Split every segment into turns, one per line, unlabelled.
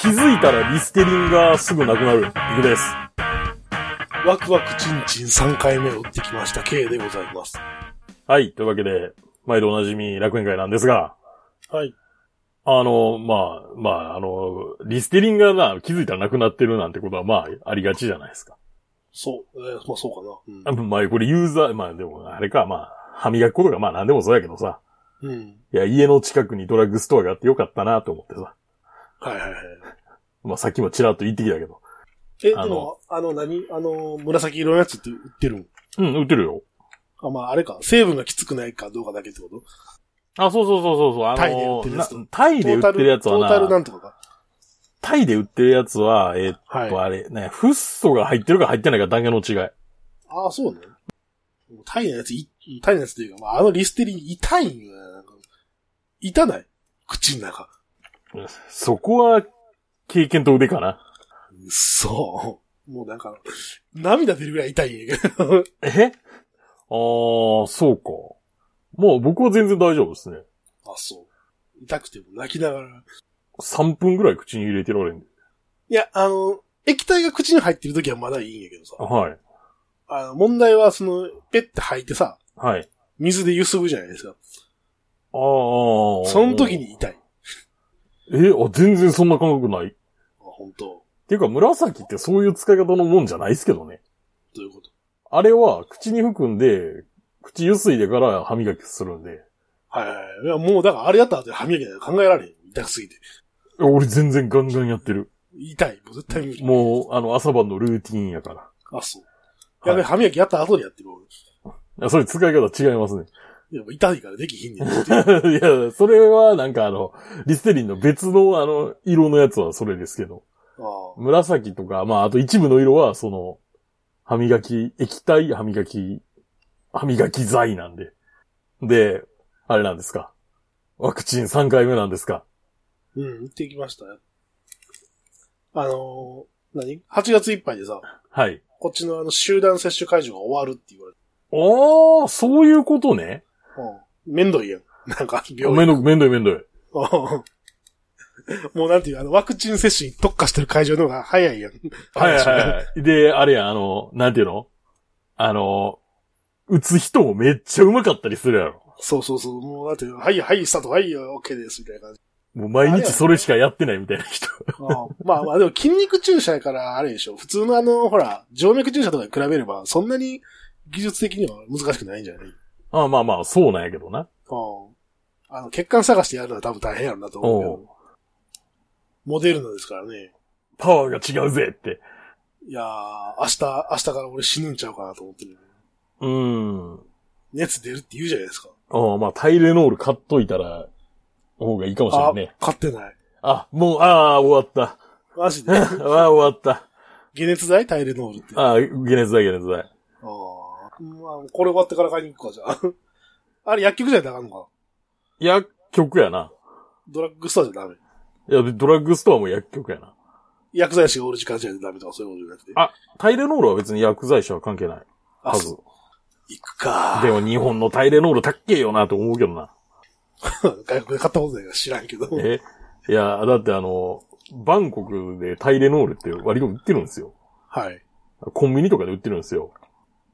気づいたらリステリンがすぐなくなる。いくです。
ワクワクチンチン3回目を打ってきました K でございます。
はい。というわけで、毎度おなじみ楽園会なんですが、
はい。
あの、まあ、まあ、あの、リステリンがな、気づいたらなくなってるなんてことは、まあ、ありがちじゃないですか。
そう、えーまあそうか
あまあ、これユーザー、まあでも、あれか、まあ、歯磨くことがまあ何でもそうやけどさ。
な。うん。うん。
いや、家の近くにドラッグストアがあってよかったなと思ってさ。
はいはいはい。
まあさっきもちらっと言ってきたけど。
え、で
あの
も、あの何あの、紫色のやつって売ってるん
うん、売ってるよ。
あ、まああれか。成分がきつくないかどうかだけってこと
あ、そうそうそうそうそう、あの
タイで売ってるやつ
なタイで売ってるやつは
トータルトータルな
な、
んとかか。
タイで売ってるやつは、えーっ
はい。
と、あれ、ね、フッ素が入ってるか入ってないかだけの違い。
ああ、そうね。もうタイのやつ、いタイのやつというか、まあ、あのリステリン痛いんよな。なんか痛ない口の中。
そこは、経験と腕かな。
そう。もうなんか、涙出るぐらい痛いんやけど。
えあー、そうか。まあ僕は全然大丈夫ですね。
あ、そう。痛くても泣きながら。
3分ぐらい口に入れてられるんで。
いや、あの、液体が口に入ってる時はまだいいんやけどさ。
はい。
あの、問題はその、ペッて吐いてさ、
はい。
水で揺すぐじゃないですか。
あーあー。
その時に痛い。
え、あ、全然そんな感覚ない。っ
あ、本当ど
ていうか、紫ってそういう使い方のもんじゃないですけどね。
ういうこと
あれは、口に含んで、口ゆすいでから歯磨きするんで。
はいはいはい。いや、もうだからあれやった後で歯磨きなんて考えられへん。痛すぎて。
え俺全然ガンガンやってる。
痛い。もう絶対無理。
もう、あの、朝晩のルーティンやか
あ、そう。
はい
やべ、歯磨きやった後にやってる俺。
ら。あそれ使い方違いますね。
でも痛いからできひんねん。
いや、それはなんかあの、リステリンの別のあの、色のやつはそれですけど。
ああ
紫とか、まあ、あと一部の色は、その、歯磨き、液体歯磨き、歯磨き剤なんで。で、あれなんですか。ワクチン3回目なんですか。
うん、行ってきましたよ。あのー何 ?8 月いっぱいでさ、
はい。
こっちのあの集団接種会場が終わるって言われて。
ああ、そういうことね。
うん。めんどいやん。なんか、病
めん
院。
どく、めんどいめんどい。
うん もうなんていう、あの、ワクチン接種に特化してる会場の方が早いやん。
はいはいはい。で、あれや、あの、なんていうのあの、打つ人もめっちゃうまかったりするやろ。
そうそうそう。もうなんていう、はいはい、スタート、はいよ、OK です、みたいな感じ。
もう毎日それしかやってないみたいな人。
うんまあまあ、でも筋肉注射やから、あれでしょ。普通のあの、ほら、静脈注射とかに比べれば、そんなに技術的には難しくないんじゃない
ああまあまあ、そうなんやけどな。
うん。あの、血管探してやるのは多分大変やろなと思うけ
おう
ど。モデルナですからね。
パワーが違うぜって。
いやー、明日、明日から俺死ぬんちゃうかなと思ってる。
うーん。
熱出るって言うじゃないですか。
ああ、まあ、タイレノール買っといたら、方がいいかもしれな
あ
いね。、
買ってない。
あ、もう、ああ、終わっ
マジで
た。。ああ、終わった。
解熱剤タイレノールって。あ
ああ、解熱剤、解熱剤。
あー。まあ、これ終わってから買いに行くか、じゃあ。あ れ、薬局じゃなあかんのか。
薬局やな。
ドラッグストアじゃダメ。
いや、ドラッグストアも薬局やな。
薬剤師がおる時間じゃダメとかそういうことじゃなくて。
あ、タイレノールは別に薬剤師は関係ないはず
そう。行くか
で。も日本のタイレノール高っけえよなと思うけどな。
外国で買ったことないから知らんけど。
えいや、だってあの、バンコクでタイレノールって割と売ってるんですよ。
はい。
コンビニとかで売ってるんですよ。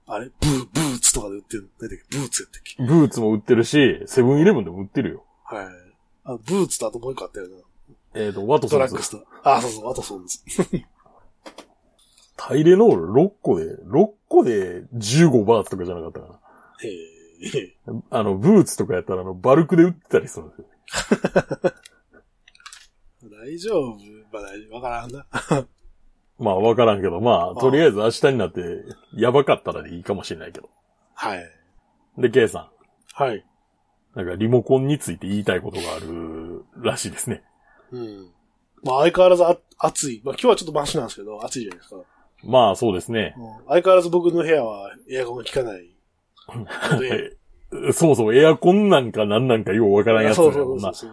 あれブー、ブーツとかで売ってる。何だっけブーツやったっけ
ブーツも売ってるし、セブンイレブンでも売ってるよ。
はい。あ、ブーツとあともう一個あったよな。
えっ、と、ワトソ
ド
ン
ラ
ズ
ッグストア。あ、そうそう、ワトソンズ。
タイレノール6個で、6個で15バーツとかじゃなかったか
へえ。
な。あの、ブーツとかやったら、あの、バルクで売ってたりするんですよ。
大丈夫まあ大丈夫。わからんな。
まあ、わからんけど、まあ、とりあえず明日になって、やばかったらでいいかもしれないけど。
はい。
で、ケイさ
はい。
ん。なんか、リモコンについて言いたいことがあるらしいですね。
うん。まあ相変わらずあ暑い。まあ今日はちょっとマシなんですけど、暑いじゃないですか。うん
まあ、そうですね。
相変わらず僕の部屋はエアコンが効かない。 で
えそもそもエアコンなんかなんなんかようわからんやつだ
そう
よな。
そうそうそう。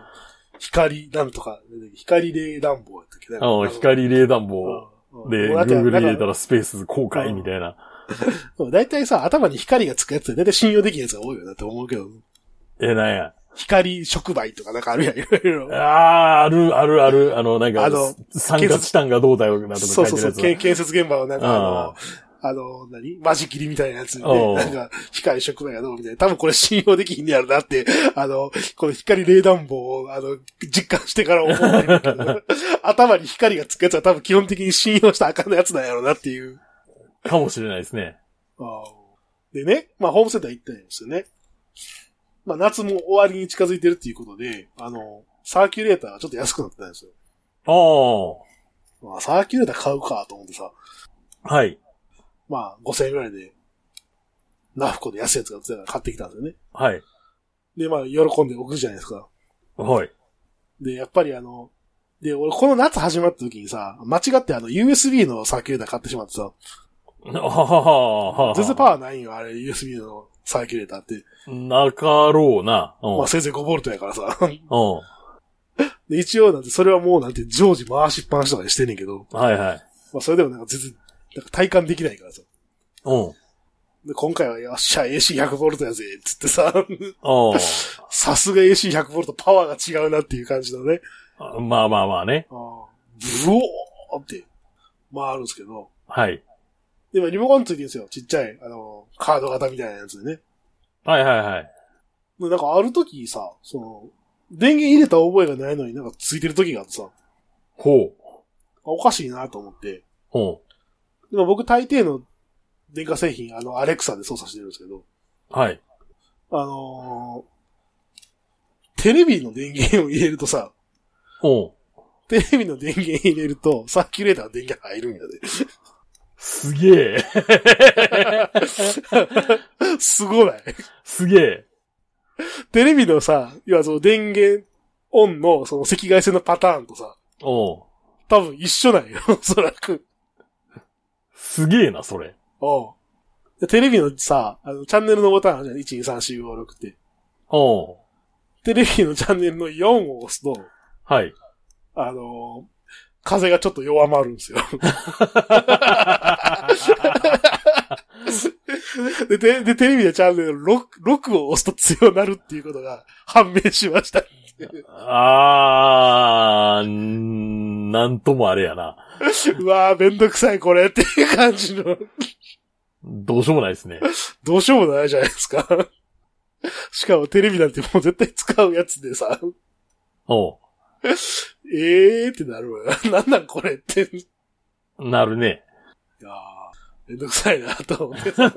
光、なんとか、光冷暖房やったっけね
あの、光冷暖房
うん
で、
もうだって
Google に入れた
なんから
スペース公開みたいな。
そう大体さ、頭に光がつくやつで大体信用できないやつが多いよなって思うけど。
え、なんや。
光触媒とかなんかあるやん、いろいろ。
ああー、ある、ある、ある。あの、なんか
あの、
酸化チタンがどうだよ、なとか書
そ
いうて
そ
る
うそ
や
う、
つ。
け建設現場のなんかあ
あ
の、あの、何マジ切りみたいなやつで、
おう
なんか、光触媒がどうみたいな。多分これ信用できひんねやろなって、あの、この光冷暖房を、あの、実感してから思うんだけ ど、頭に光がつくやつは多分基本的に信用したらあかんのやつなんやろなっていう。
かもしれないですね。
あーでね、まあ、ホームセンター行ったんですよね。まあ、夏も終わりに近づいてるっていうことで、あの、サーキュレーターがちょっと安くなってたんですよ。
ああ。
まあ、サーキュレーター買うかと思ってさ、
はい。
まあ、5000円ぐらいで、ナフコで安いやつが売ってたから買ってきたんですよね。
はい。
で、まあ、喜んで送るじゃないですか。
はい。
で、やっぱりあの、で、俺この夏始まった時にさ、間違ってあの、USB のサーキュレーター買ってしまってさ、
あは
全然パワーないんよ、あれ、USB のサーキュレーターって。
ー。なかろうな。うん。
まあ、せいぜい 5V やからさ。
うん。
で、一応なんて、それはもうなんて、常時回しっぱなしとかにしてんねんけど、
はいはい。
まあ、それでもなんか全然、なんか体感できないからさ。
うん。
で、今回は、よっしゃ、AC100V やぜ、つってさ、
あ
さすが AC100V パワーが違うなっていう感じのね。
あ。 まあまあまあね。
あーブオーって回るんですけど、
はい。
で、今リモコンついてるんですよ。ちっちゃい、あの、カード型みたいなやつでね。
はいはいはい。
でなんかある時さ、その、電源入れた覚えがないのになんかついてる時があってさ、あ
ほ
おかしいなと思って。
う。うん。
でも僕大抵の電化製品、あの、アレクサで操作してるんですけど、
はい。
あのーテレビの電源を入れるとさ、
うん。
テレビの電源入れると、サーキュレーターの電源入るんやで。
すげえ。
すごない
すげえ。
テレビのさ、要はその電源オンのその赤外線のパターンとさ、
うん。
多分一緒なんよ、 おそらく。
すげえな、それ。
おうでテレビのさ、あの、チャンネルのボタンあるじゃん。1、2、3、4、5、6って。
うん。
テレビのチャンネルの4を押すと、
はい。
あのー風がちょっと弱まるんですよ。 で、テでテレビのチャンネルの 6, 6を押すと強なるっていうことが判明しました。
あー、んーなんともあれやな。
うわーめんどくさいこれっていう感じの。
どうしようもないですね。
どうしようもないじゃないですか。 しかもテレビなんてもう絶対使うやつでさ、
お
えーってなるわ よ。なんなんこれって。い
うなるね。
やーめんどくさいなと思って。 でも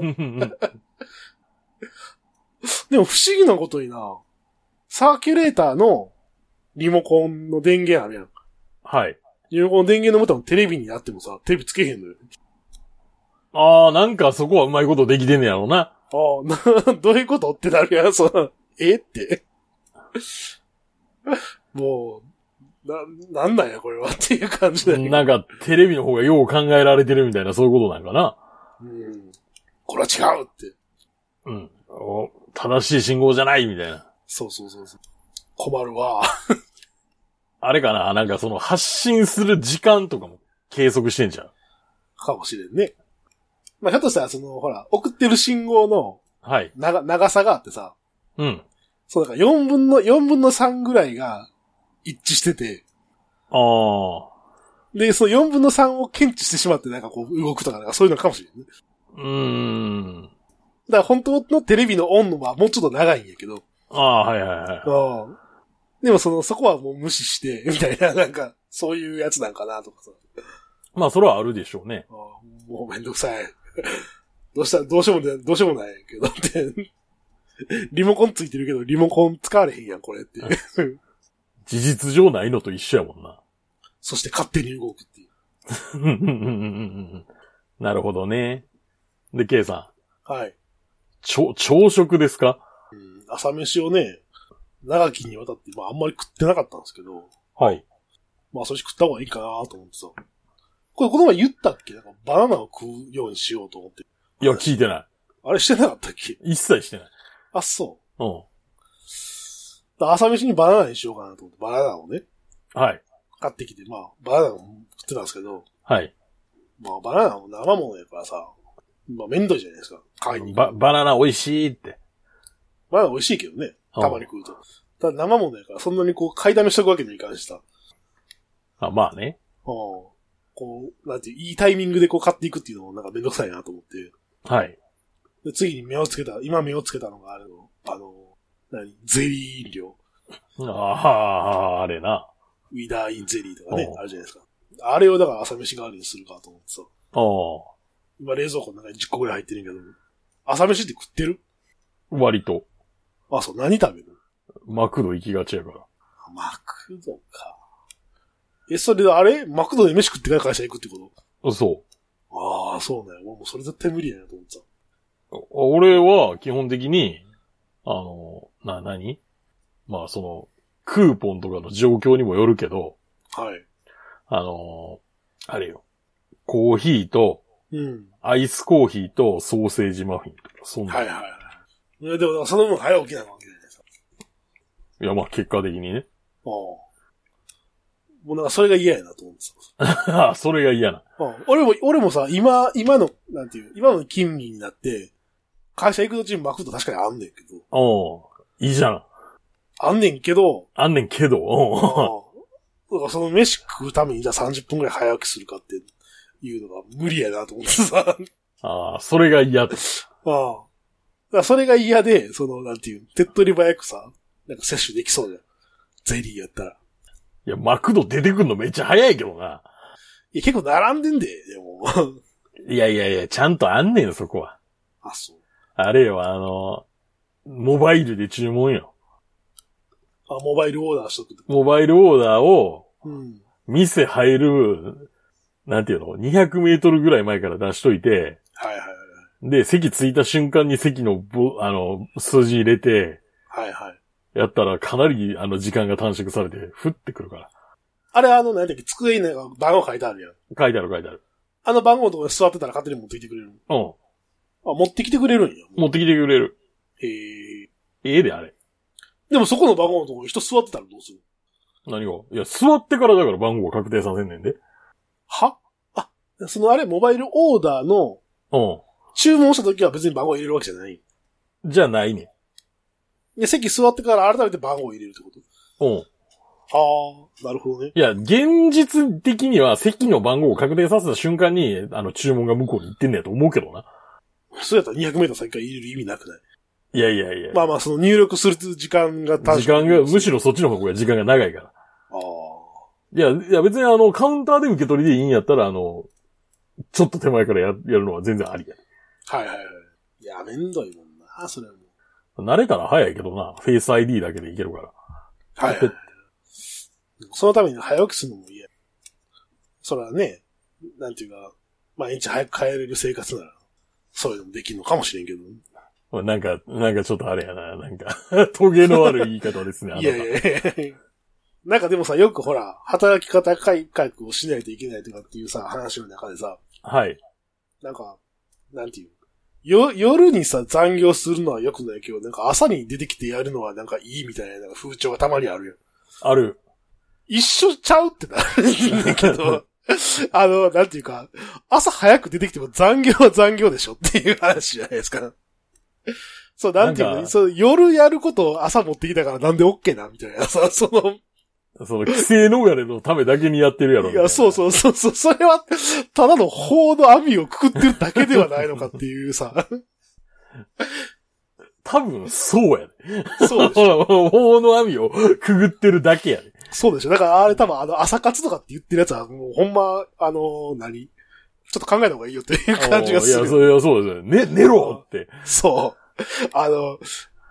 不思議なことにな、サーキュレーターのリモコンの電源あるやん。
はい。
リモコンの電源のボタンをテレビにあってもさ、テレビつけへんのよ。
あー、なんかそこはうまいことできてんねやろうな。
ああ、 な、どういうことってなるやん、その、えって。 もう、な、なんなんや、これはっていう感じだよね。
なんかテレビの方がよう考えられてるみたいな、そういうことなんかな。
うん。これは違うって。
うん。お正しい信号じゃないみたいな。
そうそうそうそう。困るわ。
あれかななんかその発信する時間とかも計測してんじゃん。
かもしれんね。まあ、ひょっとしたら、その、ほら、送ってる信号の
はい。
長、長さがあってさ、
うん。
そう、だから4分の、4分の3ぐらいが一致してて、
あー。
で、その4分の3を検知してしまって、なんかこう、動くとか、なんかそういうのかもしれんね。
うーん。
だから、本当のテレビのオンのはもうちょっと長いんやけど、
あー、はいはいはい。
うん。でも、その、そこはもう無視して、みたいな、なんか、そういうやつなんかな、とかさ。
まあ、それはあるでしょうね。
ああもうめんどくさい。 どうしたどうしようもない、どうしようもないけどって。 リモコンついてるけど、リモコン使われへんやん、これって。
事実上ないのと一緒やもんな。
そして勝手に動くっていう。
うんうんうんうんうんなるほどね。で、K さん。
はい。
ちょ、朝食ですか
うん朝飯をね、長きにわたって、まああんまり食ってなかったんですけど、
はい。
まあそれ食った方がいいかなと思ってさ。これ、この前言ったっけなんかバナナを食うようにしようと思って。
いや、聞いてな
あれしてなかったっけ
い。一切してない。
あ、そう
うん。。
だから朝飯にバナナにしようかなと思って、バナナをね、
はい。
買ってきて、まあバナナを食ってたんですけど、
はい。
まあ、バナナも生ものやからさ、まあ、めんどいじゃないですか。買いに行
バ、
く。
バナナ美味しいって。
バナナ美味しいけどね。
うん
たまに食うと。ただ生ものやから、そんなにこう、買いだめしとくわけにはいかんしさ。うん。
あ、まあね。
こう、なんていう、いいタイミングでこう買っていくっていうのもなんかめんどくさいなと思って。
はい。
で次に目をつけた、今目をつけたのがあるの、あの、何ゼリー飲料。
ああ、あれな。
ウィダーインゼリーとかね
う、ん
あるじゃないですか。あれをだから朝飯代わりにするかと思ってさ。
ああ、
今冷蔵庫の中に10個ぐらい入ってるんやけど。朝飯って食ってる
割と、
あ、そう、何食べる
マクド行きがちやから。
マクドか。え、それであれマクドで飯食ってから会社行くってこ
そ
とああ、そうね。俺もうそれ絶対無理やなと思ってた。
う。お俺は基本的に、あの、な、何まあその、クーポンとかの状況にもよるけど、
はい。
あの、あれよ。コーヒーと、
うん。
アイスコーヒーとソーセージマフィンとか、そんな。
はいはいはい。いやでも、その分早起きなわけじゃないですか。
いや、まあ結果的にね。
ああ。もうなんかそれが嫌やなと思ってた。
ああ、それが嫌な。
うん俺も、俺もさ、今、今の、なんていう、今の勤務になって、会社行く途中にマクド確かにあんねんけど、
おうん。いいじゃん。
あんねんけ ど、
あんねんけど、
うん
おうん。
だからその飯食うためにじゃあ30分くらい早起きするかっていうのが無理やなと思ってさ、
ああ、それが嫌と。
ああ。だからそれが嫌で、その、なんていう、手っ取り早くさ、なんか摂取できそうじゃん。ゼリーやったら。
いや、マクド出てくんのめっちゃ早いけどな。
いや、結構並んでんで、でも。
いやいやいや、ちゃんとあんねん、そこは。
あ、そう。
あれよ、あの、モバイルで注文よ。
あ、モバイルオーダーしとくと。
モバイルオーダーを、
うん。
店入る、なんていうの、200メートルぐらい前から出しといて、
はいはい
で、席着いた瞬間に席のぼ、あの、数字入れて、
はい。はいはい。
やったらかなり、あの、時間が短縮されて、降ってくるから。
あれ、あの、なんだっけ、机になんか番号書いてあるやん。
書いてある書いてある。
あの番号のとこに座ってたら勝手に持ってきてくれる。
う
あ、持ってきてくれるんや。
ん。持ってきてくれる。
へえ。
ええで、あれ。
でもそこの番号のとこに人座ってたらどうする
何がいや、座ってからだから番号確定させんねんで。
はあ、そのあれ、モバイルオーダーの
う
注文した時は別に番号入れるわけじゃない。
ん。じゃないねん。
で、席座ってから改めて番号を入れるってこと
うん。
ああ、なるほどね。
いや、現実的には席の番号を確定させた瞬間に、あの、注文が向こうに行ってんだよと思うけどな。
そうやったら200メートル先から入れる意味なくない
いやいやいや。
まあまあ、その入力する時間が短
時間が、む
し
しろそっちの方が時間が長いから。
ああ。
いや、いや別にあの、カウンターで受け取りでいいんやったら、あの、ちょっと手前からややるのは全然ありや。
はいはいはい。いや、めんどいもんな、それはもう。
慣れたら早いけどな。フェイス ID だけでいけるから。
はいはいはい。そのために早起きするのも嫌。それはね、なんていうか、毎日早く帰れる生活なら、そういうのもできるのかもしれんけど。
まあ なんか、なんかちょっとあれやな。なんか、 トゲのある言い方ですね。あないた
やいやいやいやなんかでもさ、よくほら、働き方改革をしないといけないとかっていうさ、話の中でさ、
はい。
なんか、なんていう。よ、夜にさ、残業するのは良くないけど、なんか朝に出てきてやるのはなんかいいみたいななんか風潮がたまにあるよ。
ある。
一緒ちゃうってなるんだけど、あの、なんていうか、朝早く出てきても残業は残業でしょっていう話じゃないですか。そう、なんていう
なん
の
か
そう夜やることを朝持ってきたからなんで OK なみたいなさ、その、
その、規制逃れのためだけにやってるやろ。
いや、そう
う。
そうそうそう、それは、ただの法の網をくくってるだけではないのかっていうさ、
多分、そうやね。
そうでし
ほ
ょ。
ら、法の網をくぐってるだけやね。
そうでしょ。だからあれ多分あの朝活とかって言ってるやつはもうほんま、あの、何ちょっと考えた方がいいよっていう感じがする
い
よ
や、
ね。
それはそうですよね。ね寝ろって。
そう。あの、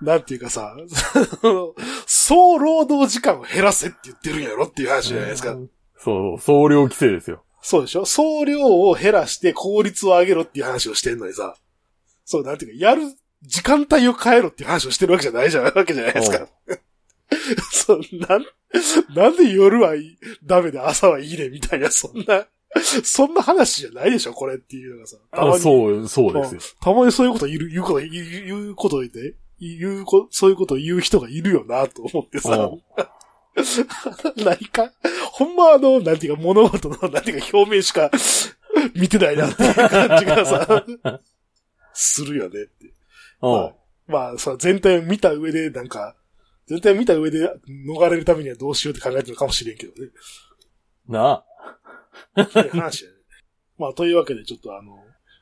なんていうかさ、 その総労働時間を減らせって言ってるんやろっていう話じゃないですか。
そうそう、総量規制ですよ。
そうでしょ総量を減らして効率を上げろっていう話をしてんのにさ、そう、なんていうか、やる時間帯を変えろっていう話をしてるわけじゃないじゃん、わけじゃないですか。 そう、なん、なんで夜はいダメで朝はいいねみたいな、そんな、そんな話じゃないでしょ、これっていうのがさ。たま
あ
に
そう、そうですよ。
たまにそういうこと言う、言うこと、言う、言うこと言って、言うこ、そういうこと言う人がいるよな、と思ってさ
う、
何か、ほんまあの、なんていうか物事の、なんていうか表面しか見てないなっていう感じがさ、するよねって。
うん。
まあ、さ、全体を見た上で、なんか、全体を見た上で逃れるためにはどうしようって考えてるのかもしれんけどね。
なあ。
っていう話やね。 まあ、というわけで、ちょっとあの、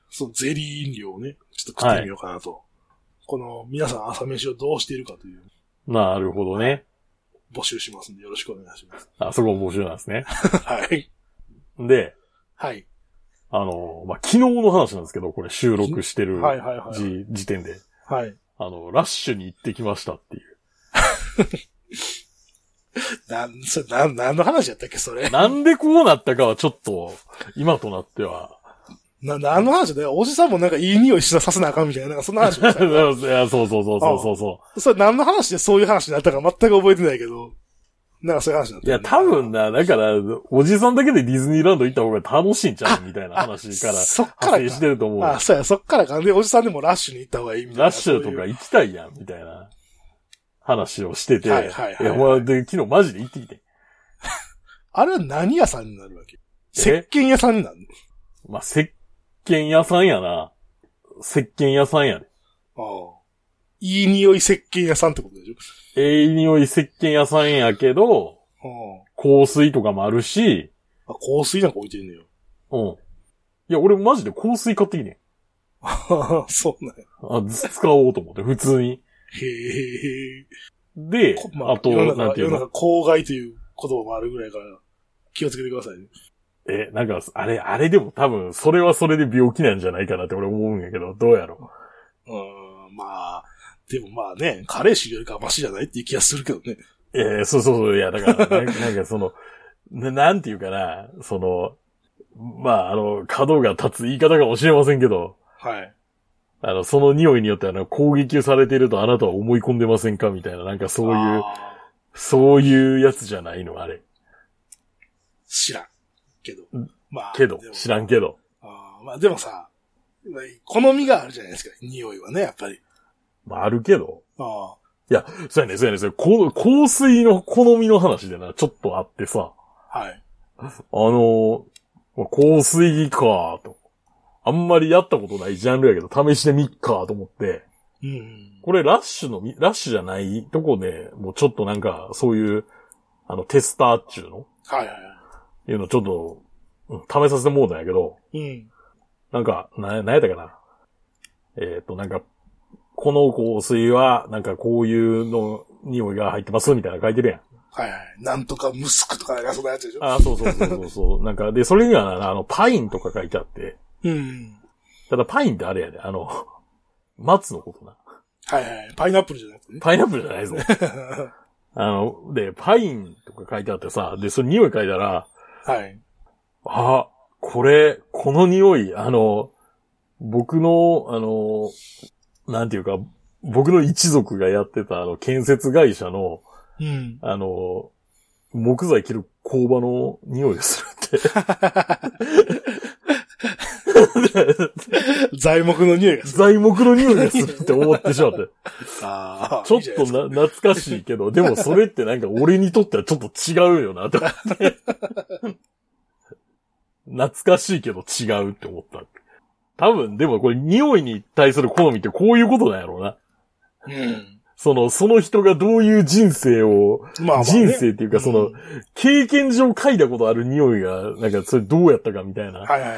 そのゼリー飲料をね、ちょっと食ってみようかなと。この、皆さん朝飯をどうしているかという
なるほどね。
募集しますんで、よろしくお願いし ます。
あ、そこも募集なんですね。
はい。
で、
はい。
あの、まあ、昨日の話なんですけど、これ収録してる
はいはいはい
時時点で、
はい。
あの、ラッシュに行ってきましたっていう。
なん、それ、なん、なんの話やったっけ、それ。
なんでこうなったかはちょっと、今となっては。
な、なんの話だよ。おじさんもなんかいい匂いしなさせなあかんみたいな、なん かそんな話をし
い
た。
やそうそうそうそうそうそ
それ、何の話でそういう話になったか全く覚えてないけど、なんかそういう話になっ
う。
た
い
よ
や、
ね、
多分な、だから、おじさんだけでディズニーランド行った方が楽しいんちゃうみたいな
あ
話から
そっか
派
らか
生してると思う。
あ、そうや、そっからか。で、おじさんでもラッシュに行った方がいいみたいな。
ラッシュと
そう
か
いう。
行きたいやん、みたいな話をしてて。
はいはいはい
や、ほんまで、昨日マジで行ってきて。
あれは何屋さんになるわけ石鹸屋さんになる
まあ、石鹸屋さんやな。石鹸屋さんやで。
のああ。いい匂い石鹸屋さんってことでしょ
ええ匂い石鹸屋さんやけど、
あ
香水とかもあるし、
あ。あ香水なんか置いて んのよ。
うん。いや、俺マジで香水買ってきてん。
そうなんや。
あず使おうと思って、普通に。
へえ。
で
こ、
あと、
世の
なん
中、
てい
世
う
の
の
中、公害という言葉もあるぐらいから、気をつけてくださいね。
え、なんか、あれ、あれでも多分、それはそれで病気なんじゃないかなって俺思うんやけど、どうやろ
うーん、まあ、でもまあね、カレー種よりかはマシじゃないっていう気がするけどね。
う。えーそうそうそう、いや、だから、なんかなんかその、ななんていうかな、その、まあ、あの、角が立つ言い方かもしれませんけど、
はい。
あの、その匂いによってあの、攻撃をされているとあなたは思い込んでませんかみたいな、なんかそういう、
あー
そういうやつじゃないの、あれ。
知らん。けど。まあ。
けど
で、も
知らんけど。
あーまあでもさ、まあ好みがあるじゃないですか、匂いはね、やっぱり。
まあ、あるけど。
あ
いや、そうやね、そうやね、それ、この香水の好みの話でな、ちょっとあってさ、
あ、はい。
あのー、香水か、と。あんまりやったことないジャンルやけど、試してみっか、と思って、
うんうん。
これラッシュのみ、ラッシュじゃないとこで、もうちょっとなんか、そういう、あの、テスターっちゅうの
はいはいは
いうのちょっと、うん試させてもうたんやけど、
い。うん。
なんか、な、なんやったかな。えっ、と、なんか、この香水は、なんかこういうの、匂いが入ってます、みたいなの書いてるやん。
はいはい。なんとかムスクとかなんかそんなやつでしょ
あそうそうそうそうそう。 なんか、で、それにはな、あの、パインとか書いてあって、
うんうん。
ただパインってあれやで、あの、 松のことな。
はいはい。パイナップルじゃなくてね。
パイナップルじゃ ないぞ。あの、で、パインとか書いてあってさ、で、その匂い嗅いだら、
はい。
あ、これ、この匂い、あの、僕の、あの、なんていうか、僕の一族がやってた、あの、建設会社の、
うん。
あの、木材切る工場の匂いが するって。
材木の匂いがする。
材木の匂いがするって思ってしま って。
あー
ちょっ
いいじゃない
と
ですか
な、懐かしいけど、でもそれってなんか俺にとってはちょっと違うよな、と思って。 懐かしいけど違うって思った。多分、でもこれ匂いに対する好みってこういうことなんやろうな。
うん。
その、その人がどういう人生を、
まあまあね。
人生っていうかその
んは
経験上嗅いだことある匂いが、なんかそれどうやったかみたいな。
いはいはい。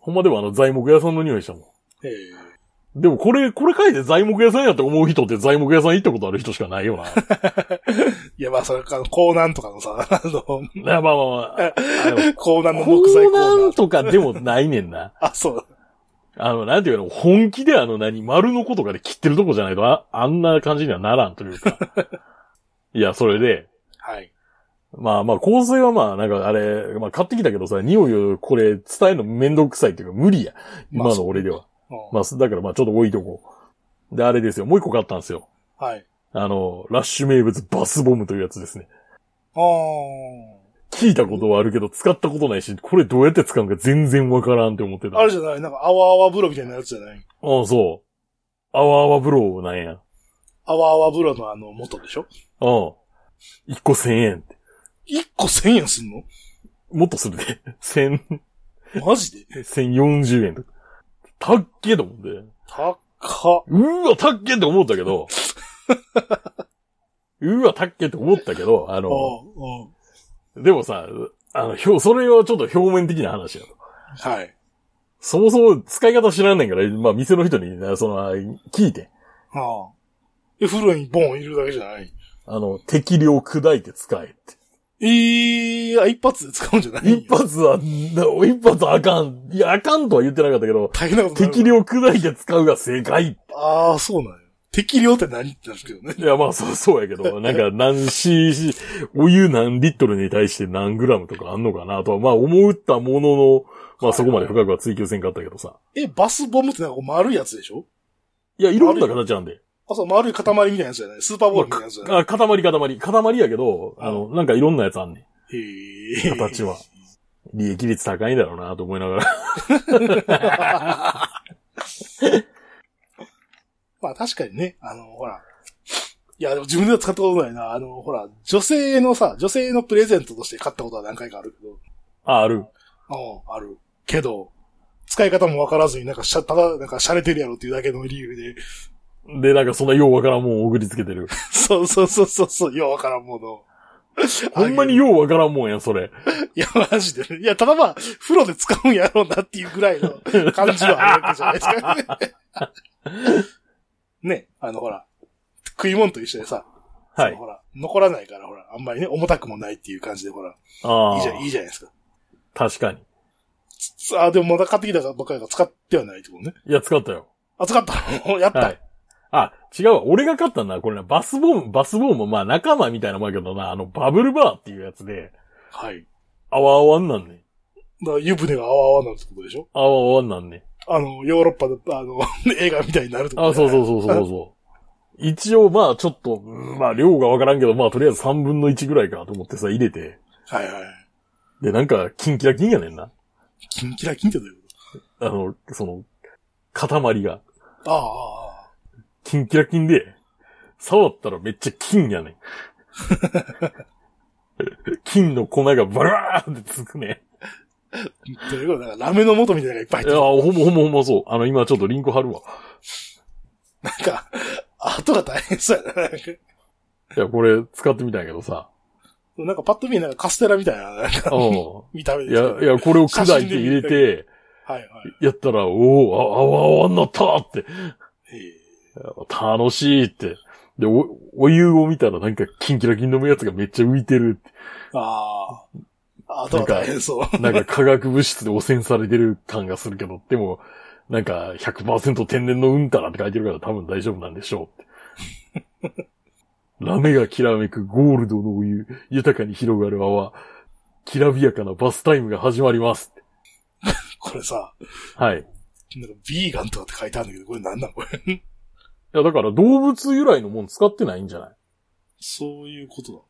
ほんまでもあの材木屋さんの匂いしたも
ええ
ん。でもこれ、これ嗅いで材木屋さんやと思う人って材木屋さん行ったことある人しかない よな。
いや、まあ、それか、港南とかのさ、 あの、
いやまあまあまあ。あの
港南の木材
こ
コ
う
ーナ
な
ー
ん。とかでもないねんな。
あ、そう。
あの、なんていうの、本気であの何、丸の子とかで切ってるとこじゃないと、ああんな感じにはならんという か。いや、それで、
はい。
まあまあ、香水はまあ、なんかあれ、まあ買ってきたけどさ、匂いをこれ伝えるのめんどくさいっていうか無理や。
まあ
今の俺では。
うん
まあ、だからまあちょっと置いとこう。で、あれですよ、もう一個買ったんですよ。
はい。
あの、ラッシュ名物バスボムというやつですね。
あー
聞いたことはあるけど、使ったことないし、これどうやって使うんか全然わからんって思ってた。
あれじゃないなんか、あわあわ風呂みたいなやつじゃない
ああ、そう。あわあわブローなんや。
あわあわ風呂のあの、元でしょ
うん。一個千円って。
一個千円すんの
もっとするで。千、
マジで
千四十円とか。たっけと思って。
高っ。
うーわ、たっけって思ったけど。うわ、たっけって思ったけど、あの、
おうおう
でもさ、あの、ひょそれはちょっと表面的な話やと。
はい。
そもそも使い方知らんねんから、まあ店の人に、その、聞いて、
ああ。え、風呂にボン入れるだけじゃない。
あの、適量砕いて使えって。
ええー、あ、一発で使うんじゃない
一発は、な一発はあかん。いや、あかんとは言ってなかったけど、
大変なことになる
適。量砕いて使うが正解。
ああ、そうなんや。適量って何ってなるけどね。
いや、まあ、そう、そうやけ ど、なんか、何 cc、お湯何リットルに対して何グラムとかあんのかなとは、まあ、思ったものの、まあ、そこまで深くは追求せんかったけどさ。
え、バスボムってなんかこう丸いやつでしょ
いや、いろんな形なんで。
あ、そう、丸い塊みたいなやつじゃないスーパーボールみたいなやつじゃない、
あ、塊、塊。塊やけど、あの、なんかいろんなやつあんね
へえ。
ん。形 は。利益率高いんだろうなと思いながら。
まあ確かにね、あの、ほら。いや、でも自分では使ったことないな。あの、ほら、女性のさ、女性のプレゼントとして買ったことは何回かあるけど。
あ、ある。
うん、ある。けど、使い方もわからずになんかしゃ、ただ、なんか洒落てるやろっていうだけの理由で。
で、なんかそんなようわからんもんを送りつけてる。
そうそうそうそう、そうようわからんものを。
ほんまに
あ
ようわからんもんや、それ。
げるいや、マジでね。いや、ただまあ、風呂で使うんやろうなっていうぐらいの 感じはあるわけじゃないですか。 ね、あの、ほら、食い物と一緒でさ、
は
その
い。
ほら、残らないから、ほら、あんまりね、重たくもないっていう感じで、ほら、
あ
いいじゃん、い
あ、
いじゃないですか。
確かに。
つあ、でもまだ買ってきたばっかりだから使ってはないってことね。
いや、使ったよ。
あ、使ったの やった、
はい。あ、違うわ。俺が勝ったんだ。これね、バスボーム、バスボーム、まあ仲間みたいなもんやけどな、あの、バブルバーっていうやつで、
はい。
あわあわになんねん。
だから湯船が泡々なるってことでしょ
あわあわになんねん。
あの、ヨーロッパの、あの、 映画みたいになるってこと
あ、そう
う。
そうそうそうそう。一応、まあちょっと、うんまあ量がわからんけど、まあとりあえず3分の1ぐらいかと思ってさ、入れて。
はいはい。
で、なんか、キンキラキンやねんな。
キンキラキンってどういうこ
あの、その、塊が。
とああ
キンキラキンで、触ったらめっちゃ金や ねん。金の粉がバラーってつくね。
ああ、ああ。どういうことなんかラメの素みたいなのがいっぱい
い
入
や、
って
ほんまほんまほんまそう。あの、今ちょっとリンク貼るわ。
る。なんか、後が大変そうやな。なんか
いや、これ使ってみたんやけど さ。
なんかパッと見なんかカステラみたいな、なんか、
う
見た目
ん。
で
い
すけど
や、いや、これを砕いて入れて、
はいはい。
やったら、おお、あ、あわあわになったって。
ええ
楽しいって。で、お、お湯を見たらなんかキンキラキンのやつがめっちゃ浮いてるって。
ああ。後が大変そう。
なんか化学物質で汚染されてる感がするけど、でも、なんか100%天然のうんたらって書いてるから多分大丈夫なんでしょうって ラメがきらめくゴールドのお湯、豊かに広がる泡、きらびやかなバスタイムが始まりますって。
これさ、
はい。い
なんかビーガンとかって書いてあるんだけど、これなんなんこれ。
や、だから動物由来のもん使ってないんじゃない
そういうことなの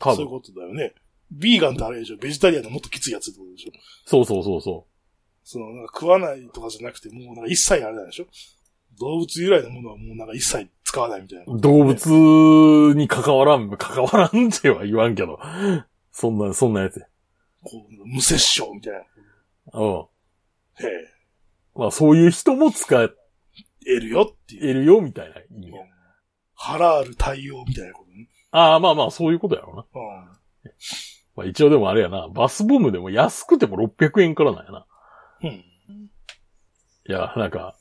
か。
多
そういう
分。
ことだよね。ビーガンってあれでしょベジタリアンのもっときついやつってことでしょ
そうそうそうそ
その、なんか食わないとかじゃなくて、もうなんか一切あれなんでしょ動物由来のものはもうなんか一切使わないみたいな。
う。動物に関わらん、関わらんっては言わんけど。そんな、そんなやつや。
こう、無殺生みたいな。へ
うん。
え、
まあそういう人も使え
得るよっていう。
るよ、みたいな意味や。
ハラール対応みたいなことね。
ああ、まあまあ、そういうことやろうな。まあ一応でもあれやな、バスボムでも安くても600円からなんやな。
うん。うん。
いや、なんか、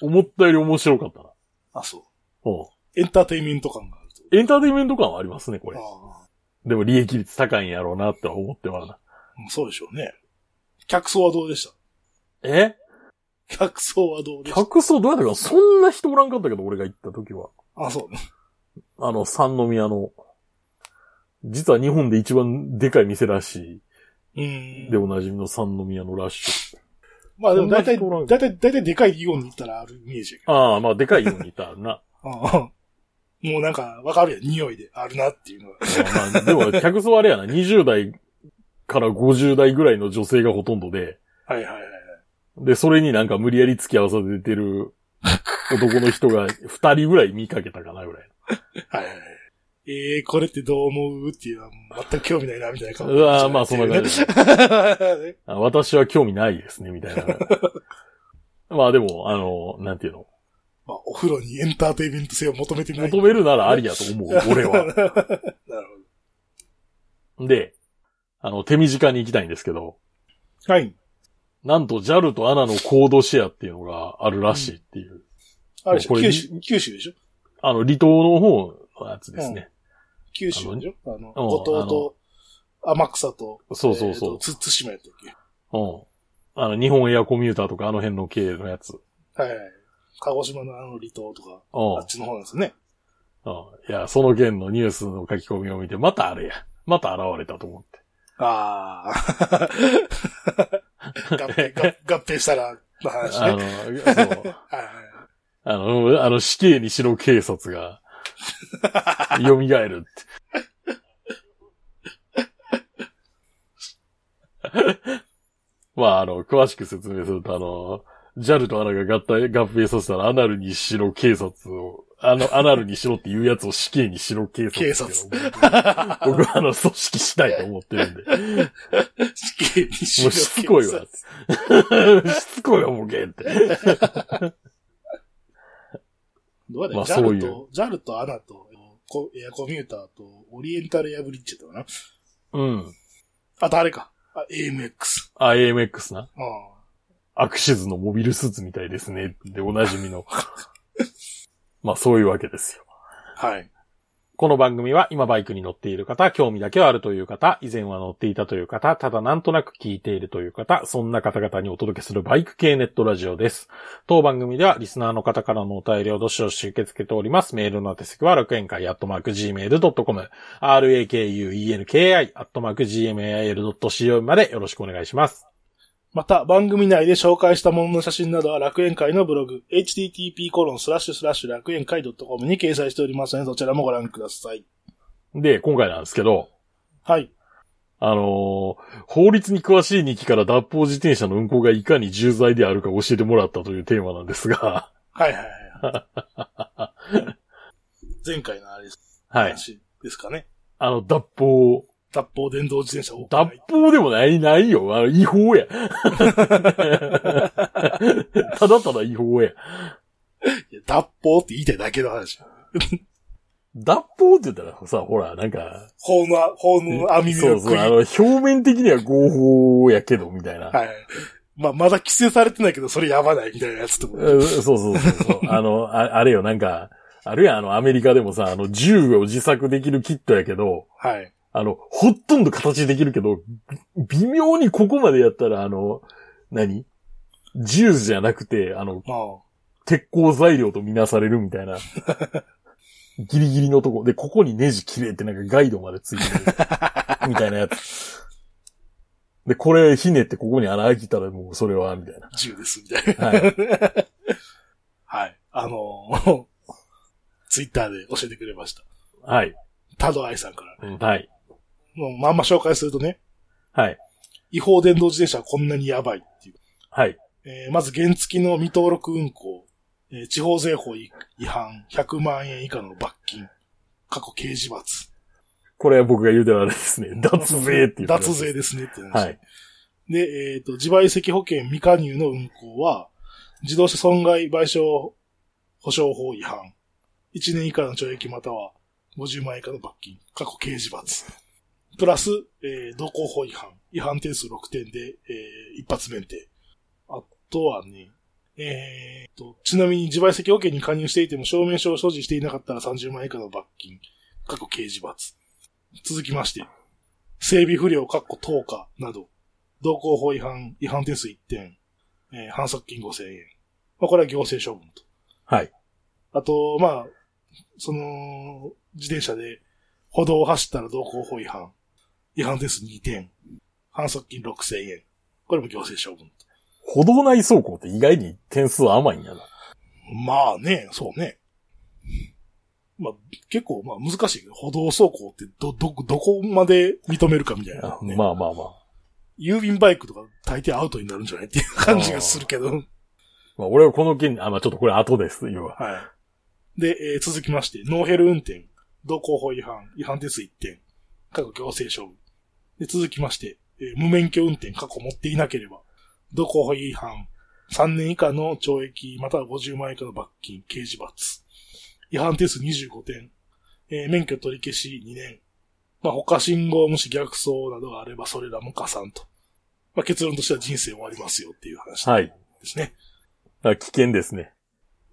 思ったより面白かったな。
あ、そう。
うん。
エンターテインメント感があると。
エンターテインメント感はありますね、これ。
ああ
でも利益率高いんやろうなっては思ってはな。
うんそうでしょうね。客層はどうでし
え
た客層はどうでした
客層どうやったかそんな人おらんかったけど、俺が行った時は。
あ、そうね。
あの、三宮の、実は日本で一番でかい店らし
うん
い。でおなじみの三宮のラッシュ。
まあでも大体、
そんな人おらん
大体、大体でかいイオンに行ったらあるイメージやけ
ああ、まあでかいようにいたな。
ど。ああもうなんか、わかるやん。匂いであるなっていうのが。
まあまあ、でも、客層あれやな、20代から50代ぐらいの女性がほとんどで、
はいはいはいはい。
で、それになんか無理やり付き合わされてる男の人が2人ぐらい見かけたかな、ぐらい。
はいはいはい。えー、これってどう思うっていうのは全く興味ないな、みたいな顔。
うわーまあそんな感じ
じ。
あ私は興味ないですね、みたいな。まあでも、あの、なんていうの。
まあ、お風呂にエンターテイメント性を求めてない。
求めるならありやと思う、俺 は。
なるほど。
で、あの、手短に行きたいんですけど、
はい。
なんと JAL と ANA のコードシェアっていうのがあるらしいっていう、
あれでしょ
これ
九州、九州でしょ
あの、離島の方のやつですね。
九州でしょあの、
あの
五島と、天草と、
そうそうそう
えーとつ、つしまやったっけ
うん。あの、日本エアコミューターとかあの辺の系のやつ。
はい。鹿児島のあの離島とか、
う
あっちの方なんですね。
ん。うん。いや、その件のニュースの書き込みを見て、またあれや。また現れたと思って。
ああ。 合併、合合併したら、の話
あ
ね。
の、そう。
はい
あの、あの死刑にしろ警察が、蘇るって。まあ、あの、詳しく説明すると、あの、JAL とアナが合体、合併させたら、アナルにしろ警察を、あの、アナルにしろっていうやつを死刑にしろ警察っていうのを。僕はあの、組織したいと思ってるんで。も
死刑にし
うしつこいわ。って。しつこいわ、ボケって。
どう
ま
やら
あそうい
JAL
う
と、JAL とアナと、こエアコミューターと、オリエンタルエアブリッジだったかな。
うん。
あとあれか。あ、AMX。
IMX な。
うん。
アクシズのモビルスーツみたいですね。で、おなじみの。 まあ、そういうわけですよ。
はい。
この番組は今バイクに乗っている方、興味だけはあるという方、以前は乗っていたという方、ただなんとなく聞いているという方、そんな方々にお届けするバイク系ネットラジオです。当番組ではリスナーの方からのお便りをどしどし受け付けております。メールの宛先は楽園会アットマーク Gmail.com、rakuenki アットマーク Gmail.co までよろしくお願いします。
また、番組内で紹介したものの写真などは楽園会のブログ、http コロンスラッシュスラッシュ楽園会 .com に掲載しておりますので、そちらもご覧ください。
で、今回なんですけど、
はい。
あのー法律に詳しい日記から脱法自転車の運行がいかに重罪であるか教えてもらったというテーマなんですが、
はいはいはい。 前回のあれです、
はい。
話ですかね。
あの、脱法、
脱法電動自転車を。
脱法でもない、ないよ。あの、違法や。ただただ違法や。
いや脱法って言いたいだけの話。
脱法って言ったらさ、ほら、なんか、
法の、法の網目
そ
を
う
食
そ、
いう
あの、表面的には合法やけど、みたいな。
はい。まあ、まだ規制されてないけど、それやばないみたいなやつってこと
うんそうそうそうそう。 あの、ああれよ、なんか、あるやん、あの、アメリカでもさ、あの、銃を自作できるキットやけど、
はい。
あの、ほとんど形できるけど、び微妙にここまでやったら、あの、何銃じゃなくて、あの、
まあ、
鉄鋼材料とみなされるみた いな。ギリギリのとこ。で、ここにネジ切れってなんかガイドまでつい てる。みたいなやつ。で、これひねってここに穴開いたらもうそれは、みたいな。
銃です、みたいな。
はい。
はい。あのーツイッターで教えてくれました。
はい。
タドアイさんから。
うんはい。
もう、まんま紹介するとね、
はい。
違法電動自転車はこんなにやばいっていう。
はい。
えーまず原付の未登録運行、えー地方税法違反100万円以下の罰金、過去刑事罰。
これは僕が言うてるあれです ね。脱税っていう。
脱税。ですねって話。
はい。
で、えっ、と、自賠責保険未加入の運行は、自動車損害賠償保障法違反。1年以下の懲役または50万円以下の罰金。過去刑事罰。プラス、えー、同行法違反。違反点数6点で、えー一発免停。あとはね、えーと、ちなみに自賠責保険に加入していても証明書を所持していなかったら30万円以下の罰金。過去刑事罰。続きまして、整備不良、過去10日など、同行法違反、違反点数1点、えー反則金5000円。まあ、これは行政処分と。
はい。
あと、まあ、その、自転車で歩道を走ったら同行法違反、違反点数2点、反則金6000円。これも行政処分と。
歩道内走行って意外に点数甘いんやな。
まあね、そうね。まあ、結構、まあ難しいけど、歩道走行ってど、ど、どこまで認めるかみたいな、ね。
まあまあまあ。
郵便バイクとか大抵アウトになるんじゃないっていう感じがするけど。
まあ俺はこの件、あ、まあちょっとこれ後です、要は。
はい。で、えー続きまして、ノーヘル運転、道交法違反、違反です1点、過去行政処分。で、続きまして、えー無免許運転、過去持っていなければ、道交法違反、 3年以下の懲役、または50万円以下の罰金、刑事罰。違反点数25点。えー免許取り消し2年。まあ、他信号無視逆走などがあれば、それらも加算と。まあ、結論としては人生終わりますよっていう話
はい。
ですね。
あ危険ですね。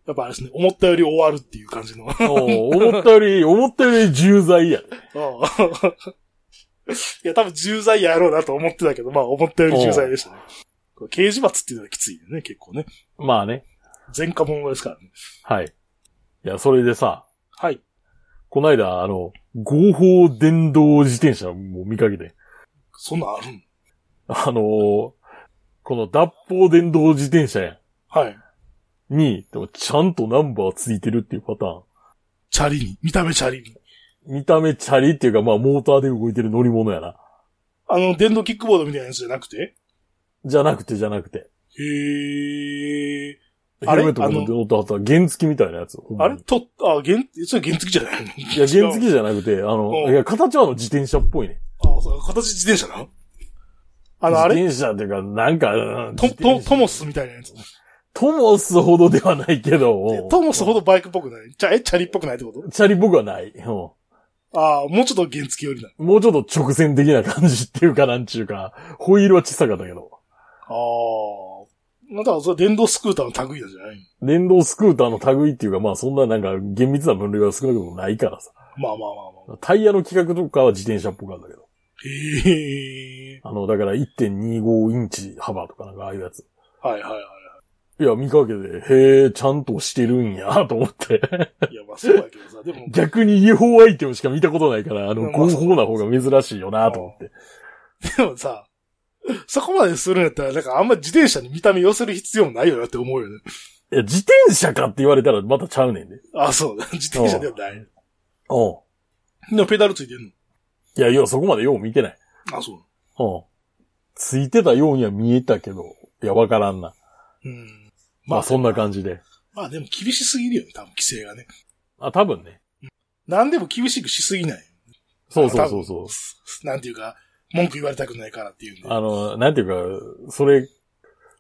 やっぱあれですね、思ったより終わるっていう感じの。
おー思ったより、思ったより重罪や。
いや、多分重罪やろうなと思ってたけど、まあ思ったより重罪でしたね。これ刑事罰っていうのはきついよね、結構ね。
まあね。
前科者ですからね。
はい。いや、それでさ、
はい。
こないだ、あの、合法電動自転車も見かけて、
そんなんあるん
あのーこの脱法電動自転車や
はい。
んに、でもちゃんとナンバーついてるっていうパターン。
チャリに。見た目チャリに。
見た目チャリっていうか、まあ、モーターで動いてる乗り物やな。
あの、電動キックボードみたいなやつじゃなくて
じゃなくて、じゃなくて。
へー。
ヘ
あれ
ルメットも乗ってはった原付みたいなやつ。ほんま
あ
に
れと、あ、原、それ原付じゃないのい
いや、原付じゃなくて、あ
う
の、
ん
いや、形はあの自転車っぽいね。
あ、そう形自転車なのあの、あれ
自転車っていうか、なんか、うん
ト、
自転
ト、
車
トモスみたいなやつ。
トモスほどではないけど、
トモスほどバイクっぽくないチャ、え、チャリっぽくないってこと
チャリ僕はない。うん
ああ、もうちょっと原付寄りな。
もうちょっと直線的な感じっていうか、なんちゅうか、ホイールは小さかったけど、
ああ。まあ、だからそれ電動スクーターの類いなんじゃない
電動スクーターの類っていうか、まあそんななんか厳密な分類は少なくともないからさ。
まあまあまあまあ。
タイヤの規格とかは自転車っぽかったけど。
へえ。
あの、だから1.25インチ幅とかなんかああいうやつ。
はいはいはい
や、見かけて、へえ、ちゃんとしてるんや、と思って。
い。いや、まあそうだけど さ、でも、
逆に違法アイテムしか見たことないから、あ
ま
の、
あ
合法な方が珍しいよなと思って。
でもさ、そこまでするんやったら、なんかあんま自転車に見た目寄せる必要もないよなって思うよね。
いや、自転車かって言われたらまたちゃうねんで。
あそうだ。自転車ではない。
うん。
でもペダルついてん
いや、要はそこまでよう見てない。
のあそう。
うん。ついてたようには見えたけど、いや、わからんな。
うん。
まあ、そんな感
じ。
じで。
まあでも厳しすぎるよね、多分規制がね。
あ、多分ね。
何でも厳しくしすぎない。
そうそうそうそう。
なんていうか、文句言われたくないからっていうんで。
あの、なんていうか、それ、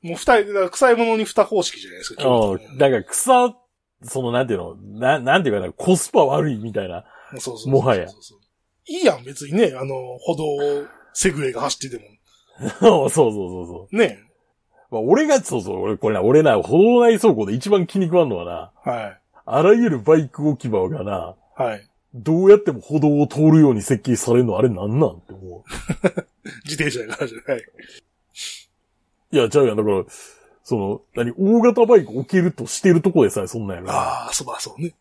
もう二人、だから臭いものに二方式じゃないですか。基本的に
うん。だから草、その、なんていうの、な、なんていうかな、コスパ悪いみたいな。
そうそうそう
もはや
そうそういいやん、別にね、あの、歩道を、セグウェイが走ってても。
そうそうそうそう。
ね。
まあ、俺が、そうそう、俺、これな、俺な、歩道内走行で一番気に食わんのはな、
は
あらゆるバイク置き場がな、
い。はい。
どうやっても歩道を通るように設計されるのあれなんなんって思
自転車やからじゃない。
う。いや、ちゃうやん。だから、その、何、大型バイク置けるとしてるとこでさえそんなんやろ。
ああ、そうだ、そうね。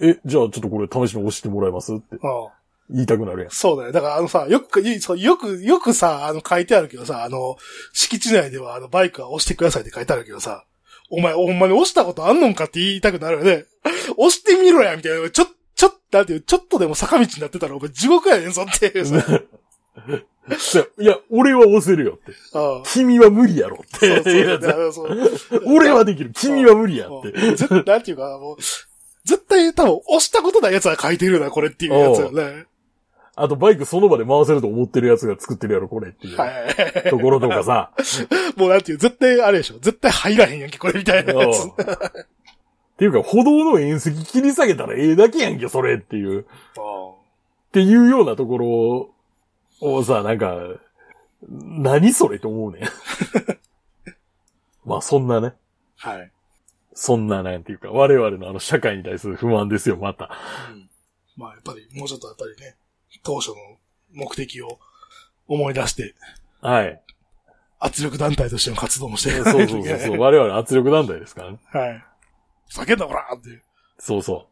え、じゃあちょっとこれ試しに押してもらえますって
ああ。
言いたくな るやん。
そうだよ。だから、あのさ、よく、いそうよく、よくさ、あの、書いてあるけどさ、あの、敷地内では、あの、バイクは押してくださいって書いてあるけどさ、お前、ほんまに押したことあんのんかって言いたくなるよね。 押してみろや、みたいな。ちょ、ちょ、なんていう、ちょっとでも坂道になってたら、お前、地獄やねんぞっていうさ。
そういや、俺は押せるよって。
ああ
君は無理やろっ
そ
て。
うそう
いや
だからそう。
俺はできる。君は無理やって。
ぜなんていうか、もう、絶対多分押したことない奴は書いてるよな、これっていうやつよね。
あとバイクその場で回せると思ってるやつが作ってるやろ、これっていう。
はい。
ところとかさ。
もうなんていう、絶対あれでしょ。絶対入らへんやんけ、これみたいなやつ
うん。っていうか、歩道の縁石切り下げたらええだけやんけ、それっていう。っていうようなところをさ、なんか、何それと思うねん。 まあそんなね、
はい。
そんななんていうか、我々のあの社会に対する不満ですよ、また。
まあやっぱり、もうちょっとやっぱりね、当初の目的を思い出して、
はい。
圧力団体としての活動もして
そ
る。
うそうそう そう。我々圧力団体ですからね。
はい。ふざけんな、ほら って。
そうそ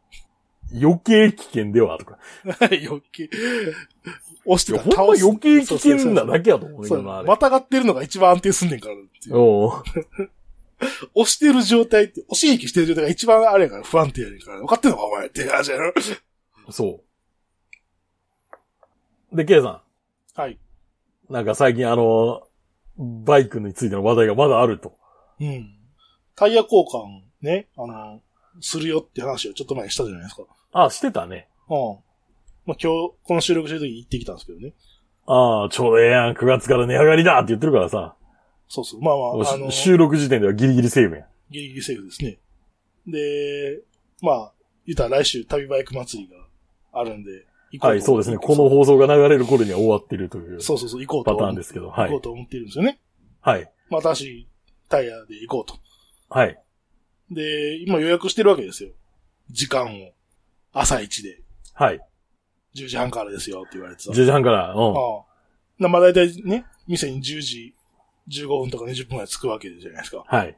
う。余計危険では、とか。
余計、押し
い
て
や、
た
ほんま
倒す
余計危険なだけやと思うねん
そ
け
う
どな、あれ。
またがってるのが一番安定すんねんからっていう。
おう
押してる状態って、押し引きしてる状態が一番あれやから不安定やねんから、分かってんのかお前って話やろ。
そう。で、ケイさん。
はい。
なんか最近あの、バイクについての話題がまだあると。
うん。タイヤ交換ね、あの、するよって話をちょっと前にしたじゃないですか。うん。
あ、してたね。
まあ、今日、この収録してる時に行ってきたんですけどね。
ああ、ちょうどええやん、9月から値上がりだって言ってるからさ。
そうそう。まあまあ、あの、
収録時点ではギリギリセーブや。
ギリギリセーフですね。で、まあ、言ったら来週旅バイク祭りがあるんで、行
はい、そうですね。この放送が流れる頃には終わってるという。
そうそうそう、行こうと思っ
パターンですけどはい
行こうと思ってるんですよね。
はい。
まあ、私、タイヤで行こうと。
はい。
で、今予約してるわけですよ。時間を。朝一で。
はい。
10時半からですよって言われてさ。
10時半から、うん。
ああ。なまあ、大体ね、店に10時15分とか20分ぐらい着くわけじゃないですか。
はい。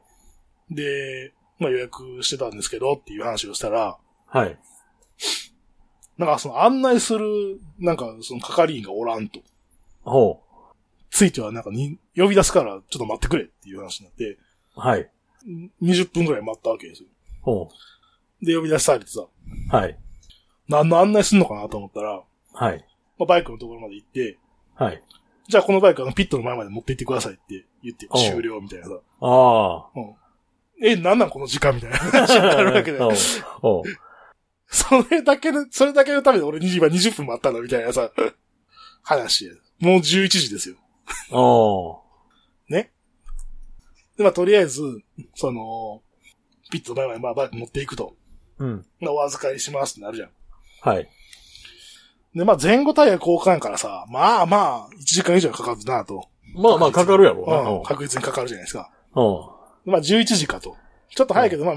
で、まあ予約してたんですけどっていう話をしたら、
はい。
なんかその案内する、なんかその係員がおらんと。
ほ
ついてはなんかに、呼び出すからちょっと待ってくれっていう話になって、
う。はい。
20分くらい待ったわけですよ。
ほ
で、呼び出されてさ、
う。はい。
何の案内すんのかなと思ったら、
はい。
まあ、バイクのところまで行って、
はい。
じゃあこのバイクあのピットの前まで持って行ってくださいって言って
おう
終了みたいなさ。
ああ。
え、なんなんこの時間みたいな話になるわけで。
お うおう
それだけの、それだけのために俺今20分待ったんだみたいなさ、話や。もう11時ですよ。
おう
で、まあとりあえず、その、ピットの前までまあバイク持っていくと。
うん。
まあお預かりしますってなるじゃん。
はい。
で、まあ前後タイヤ交換やからさ、まあまあ、1時間以上はかかるなと。
まあまあ、かかるやろ
うん、
う
確実にかかるじゃないですか。
な。うん。うん
でまあ11時かと。ちょっと早いけど、まあ、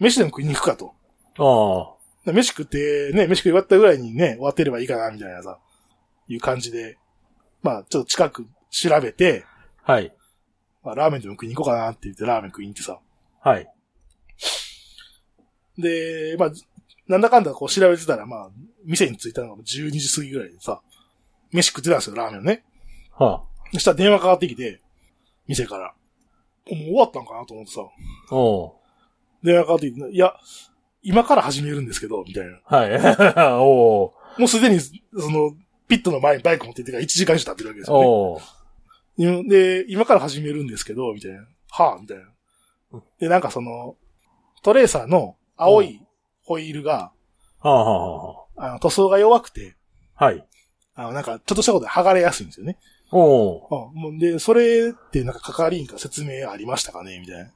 飯でも食いに行くかと。
あ
で飯食って、ね、飯食い終わったぐらいにね、終わってればいいかな、みたいなさ、いう感じで、まあ、ちょっと近く調べて、
あ。はい。
まあ、ラーメンでも食いに行こうかなって言って、ラーメン食いに行ってさ。
はい。
で、まあ、なんだかんだこう調べてたら、まあ、店に着いたのが12時過ぎぐらいでさ、飯食ってたんですよ、ラーメンをね。
は
そしたら電話かかってきて、店から。もう終わったんかなと思ってさ、
あ。おう
電話かかってきて、いや、今から始めるんですけど、みたいな。
はい。 おう
もうすでに、その、ピットの前にバイク持ってってから1時間以上経ってるわけですよ、ね。
おう
今で、今から始めるんですけど、みたいな。はあ、みたいな。で、なんかその、トレーサーの青いホイールが、
はあはあは
あの、塗装が弱くて、
あ。はい。
あの、なんか、ちょっとしたことで剥がれやすいんですよね。
おう
あもうで、それってなんか係員から説明ありましたかねみたいな。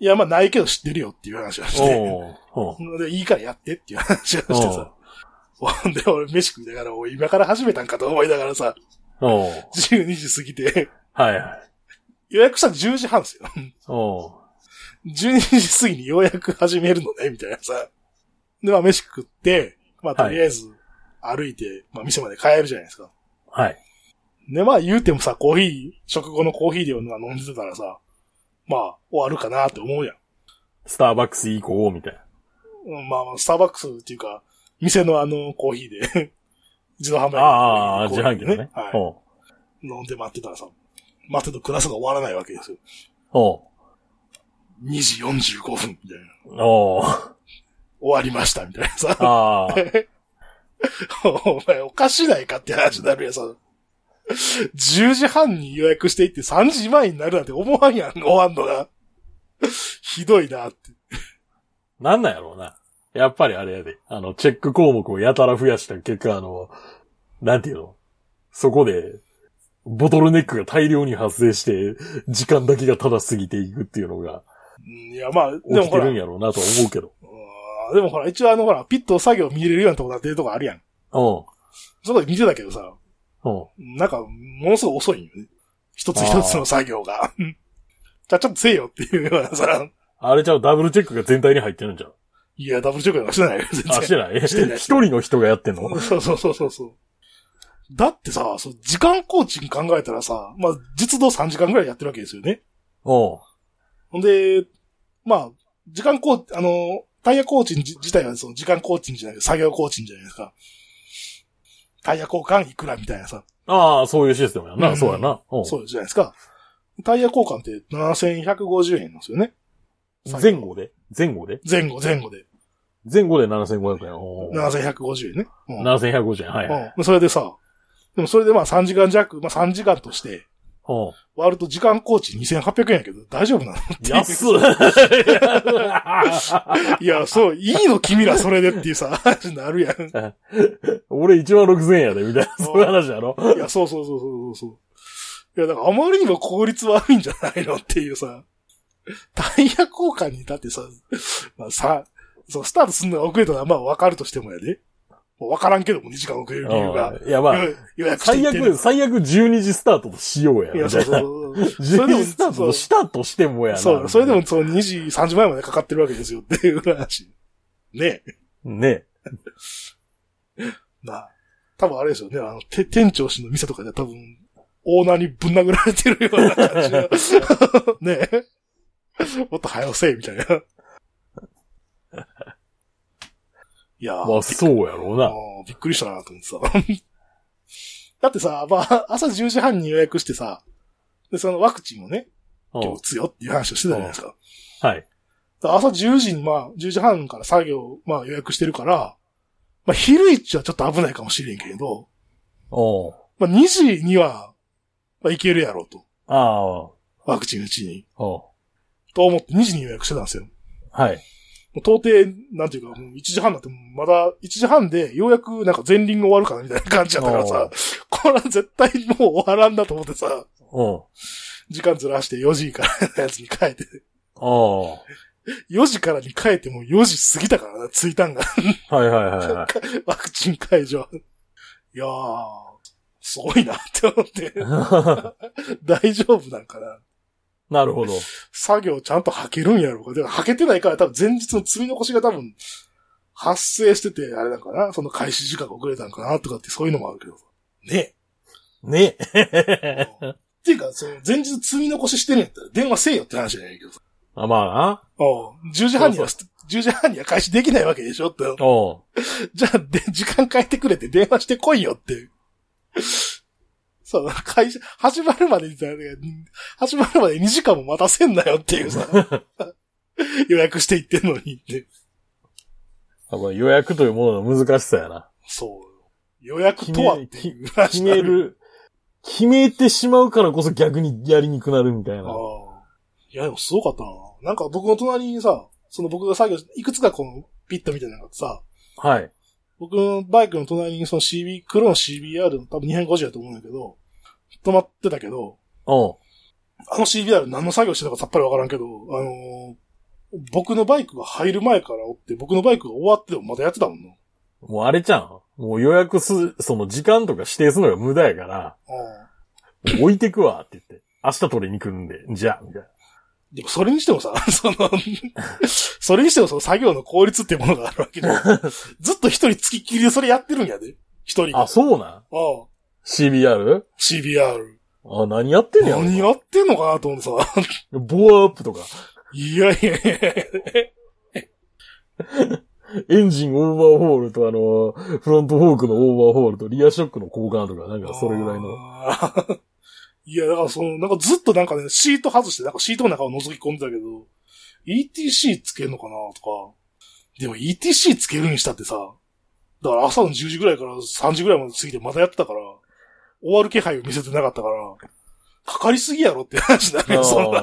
いや、まあ、ないけど知ってるよっていう話をして、
おうおう
で、いいからやってっていう話をしてさ。ほんで、俺飯食いながら、おい今から始めたんかと思いながらさ、
おう
12時過ぎて、
はいはい。
予約したの10時半ですよ。
おう
12時過ぎにようやく始めるのね、みたいなさ。で、まあ飯食って、まあとりあえず歩いて、まあ店まで帰るじゃないですか。
はい。
で、まあ言うてもさ、コーヒー、食後のコーヒーで飲んでたらさ、まあ終わるかなって思うやん。
スターバックス以降、みたいな。
うんまあまあ、スターバックスっていうか、店のあのコーヒーで、 自動販売機の
ああ、
コ
自
ー
販
ヒ
機
ー
の
で
ね。
はい。
おう
飲んで待ってたらさ、待ってるとクラスが終わらないわけですよ。
おう
2時45分、みたいな。
おう
終わりました、みたいなさ。
あ あ。
お前おかしないかって話になるやん、その。10時半に予約していって3時前になるなんて思わんやん、終わんのが。ひどいなって。
なんなんやろうな。やっぱりあれやで。あの、チェック項目をやたら増やした結果、あの、なんていうのそこで、ボトルネックが大量に発生して、時間だけがただ過ぎていくっていうのが、
うんいや、まあ、で
起
も
きて
ほら、
る
うんん
やろうなとは思うけど。
でもほら、一応あのほら、ピット作業見れるようなとこなってるとこあるやん。
う
そこで見てたけどさ、
ん。うん。
なんか、ものすごい遅いんよね。一つ一つの作業が。うん じゃあちょっとせえよっていうようなさ、
あれちゃう、ダブルチェックが全体に入ってるんじゃん。
いや、ダブルチェックなんかしてないよ、全然
あ、してない
してな い
一人の人がやってんの
そうそうそうそうそう。だってさ、そう時間工賃考えたらさ、まあ、実働3時間ぐらいやってるわけですよね。
うん。
ほんで、まあ、時間工、あの、タイヤ工賃じ自体はその時間工賃じゃない、作業工賃じゃないですか。タイヤ交換いくらみたいなさ、
ああ、そういうシステムやな。
うん
そうやな。うん。
そうじゃないですか。タイヤ交換って7150円なんですよね。
前後で前後で
前後、前後で。
前後で7500円。おー
7150円ね。うん。
7150円。はいはい。
うん。それでさ、でもそれでまあ3時間弱、まあ3時間として、
うん。
割ると時間工賃2800円やけど、大丈夫なの
安 っ
いや、そう、いいの君らそれでっていうさ、 話になるやん。
俺1万6000円やで、みたいな、そういう話やろ。
いや、そうそうそうそうそうそう。いや、だからあまりにも効率悪いんじゃないのっていうさ、タイヤ交換にだってさ、まあさ、そう、スタートするのが遅れたのはまあわかるとしてもやで。もうわからんけども、2時間遅れる理由が。
うんいや、まあ、
予予約して
最
行ってる
悪、最悪12時スタートとしようや。
いや、
み
そ
た
う
いな
そうそう。それで
12
も
時スタートとしたとしてもやな。
そう、それでもその2時30前までかかってるわけですよっていう話。ねえ。
ね。
まあ、多分あれですよね、あの、て店長氏の店とかでは多分、オーナーにぶん殴られてるような感 じが。ねえ。もっと早押せ、みたいな。いやー
まあ、そうやろうな。
あーびっくりしたなと思ってさ。 だってさ、まあ、朝10時半に予約してさ、で、そのワクチンもね、
う
今日打
ん
つよっていう話をしてたじゃないですか。
はい。
だから朝10時に、まあ、10時半から作業、まあ予約してるから、まあ昼一はちょっと危ないかもしれんけれど、
お
まあ2時には、まあいけるやろうと。
ああ、
ワクチンうちに。
お
と思って2時に予約してたんですよ。も
はい。
う到底、なんていうか、もう1時半だってもうまだ1時半でようやくなんか前輪が終わるかなみたいな感じだったからさ、これは絶対もう終わらんだと思ってさ、
うん。
時間ずらして4時からのやつに変えて、
あ
4時からに変えても4時過ぎたからな、着いたんが。
あ。はいはいはいはい。
ワクチン会場。いやー、すごいなって思って、大丈夫なんかな。
なるほど。
作業ちゃんと履けるんやろうか。でも履けてないから多分前日の積み残しが多分発生してて、あれなんかな。その開始時間が遅れたんかなとかってそういうのもあるけど さ。ね
ね。
え。っていうか、その前日積み残ししてるんやったら電話せえよって話じゃないけどさ。
あまあな。
おう10時半には、10時半には開始できないわけでしょって。
おう
じゃあ、で、時間変えてくれて電話してこいよっていう。そう、会社、始まるまでにさ、始まるまで2時間も待たせんなよっていう さ、予約していってんのにって。
やっぱ予約というものの難しさやな。
そう。予約とはっていう話
決
にな
め。る、決めてしまうからこそ逆にやりにくなるみたい
あ
な。
あ。いや、でもすごかったな。なんか僕の隣にさ、その僕が作業し、いくつかこのピットみたいなのがあってさ、
はい。
僕のバイクの隣にその CB、黒の CBR の多分250やと思うんだけど、止まってたけど、
おう
あの CBR 何の作業してたかさっぱりわからんけど、あのー僕のバイクが入る前からおって、僕のバイクが終わってもまだやってたもんな。
もうあれじゃん。もう予約す、その時間とか指定するのが無駄やから、もう置いてくわって言って。明日取りに来るんで、じゃあ、みたいな。
でもそれにしてもさ、 その、それにしてもその作業の効率っていうものがあるわけで、 ずっと一人つきっきりでそれやってるんやで。一人が。
あ、そうなん
ああ
?CBR?
CBR。
あ、何やってんねやろな
何やってんのかなと思ってさ。
ボアアップとか、
いやいやいやい
エンジンオーバーホールとあの、フロントフォークのオーバーホールとリアショックの交換とか、なん
や。
かそれぐらいの。
の。 いや、だからその、なんかずっとなんかね、シート外して、なんかシートの中を覗き込んでたけど、ETC つけるのかなとか。でも ETC つけるにしたってさ、だから朝の10時ぐらいから3時ぐらいまで過ぎてまたやってたから、終わる気配を見せてなかったから、かかりすぎやろって話だけ
あ
ど、
ー
そんな。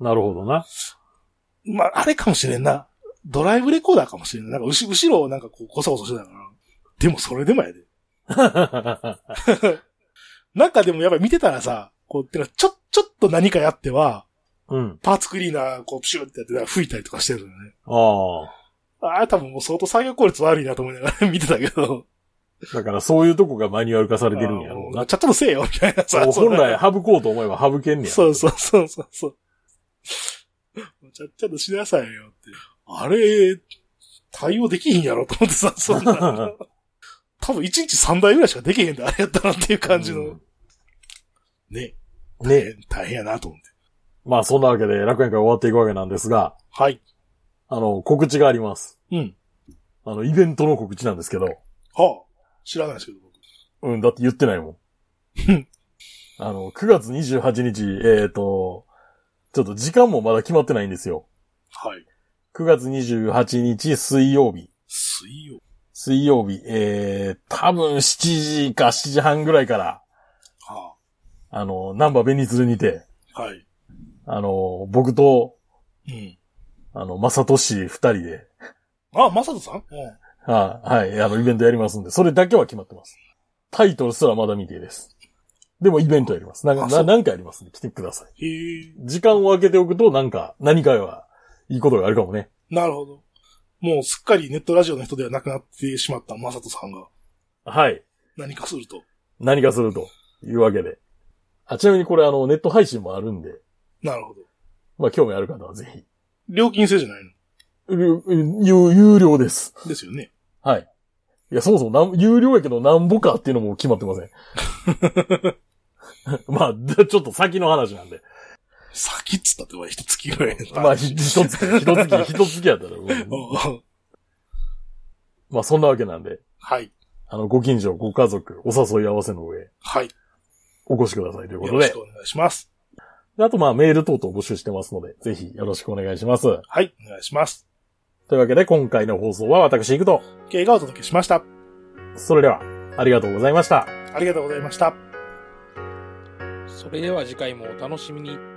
なるほどな。
まあ、あれかもしれんな。ドライブレコーダーかもしれんな。なんか、うし後ろをなんかこう、こそこそしてたから。でも、それでもやで。なんかでもやっぱり見てたらさ、こう、てか、ちょ、ちょっと何かやっては、
うん。
パーツクリーナー、こう、プシューってやって、なんか吹いたりとかしてるのよね。
ああ。
ああ、多分もう相当作業効率悪いなと思いながら 見てたけど。
だからそういうとこがマニュアル化されてるんやろう
あの
な。
ちゃっとせえよ、みたいなさ。
もう
そん
本
な
来省こうと思えば省けんねや。
そうそうそうそうそう。ちゃっちゃとしなさいよって。あれ、対応できひんやろと思っ てさ、そんな。多分1日3台ぐらいしかできへんで、あれやったらっていう感じの。ね。
うん。ね
大変やなと思って。
まあそんなわけで楽園会終わっていくわけなんですが、
はい。
あの、告知があります。
うん。
あの、イベントの告知なんですけど。
はあ。知らないですけど、僕。
うん、だって言ってないも
うんん。
あの、9月28日、えっ、と、ちょっと時間もまだ決まってないんですよ。
はい。
9月28日水曜日。
水曜。
水曜日、えー、多分7時か7時半ぐらいから、
は
あの、ナンバーベニツルにて、
あ。はい。
あの、僕と、
うん。
あの、まさとし二人で、
あ、まさとさんうん。
あはい、あの、イベントやりますんで、それだけは決まってます。タイトルすらまだ未定です。でもイベントやります。なんか、
あそ
な
う
なんかやりますんで、来てください。
へえ。
時間を空けておくと、なんか、何かが、いいことがあるかもね。
なるほど。もうすっかりネットラジオの人ではなくなってしまったマサトさんが
はい。
何かすると。
何かするというわけで。あ、ちなみにこれあの、ネット配信もあるんで、
なるほど。
まあ、興味ある方はぜひ。
料金制じゃないの
有、有有料です。
ですよね。
はい。いや、そもそもなん、有料やけどなんぼかっていうのも決まってま せん。まあ、でちょっと先の話なんで。
先っつったっては一月ぐら いやった。
まあ、ひ一つ、 一月、一月やったら、うん
うん
まあ、そんなわけなんで、
はい。
あの、ご近所、ご家族、お誘い合わせの上、
はい。
お越しくださいというこ
よ
と
ろし
で
く。お願いします。
であと、まあ、メール等々募集してますので、ぜひよろしくお願いします。
はい。お願いします。
というわけで、今回の放送は私、行くと。
経がお届けしました。
それでは、ありがとうございました。
ありがとうございました。
それでは次回もお楽しみに。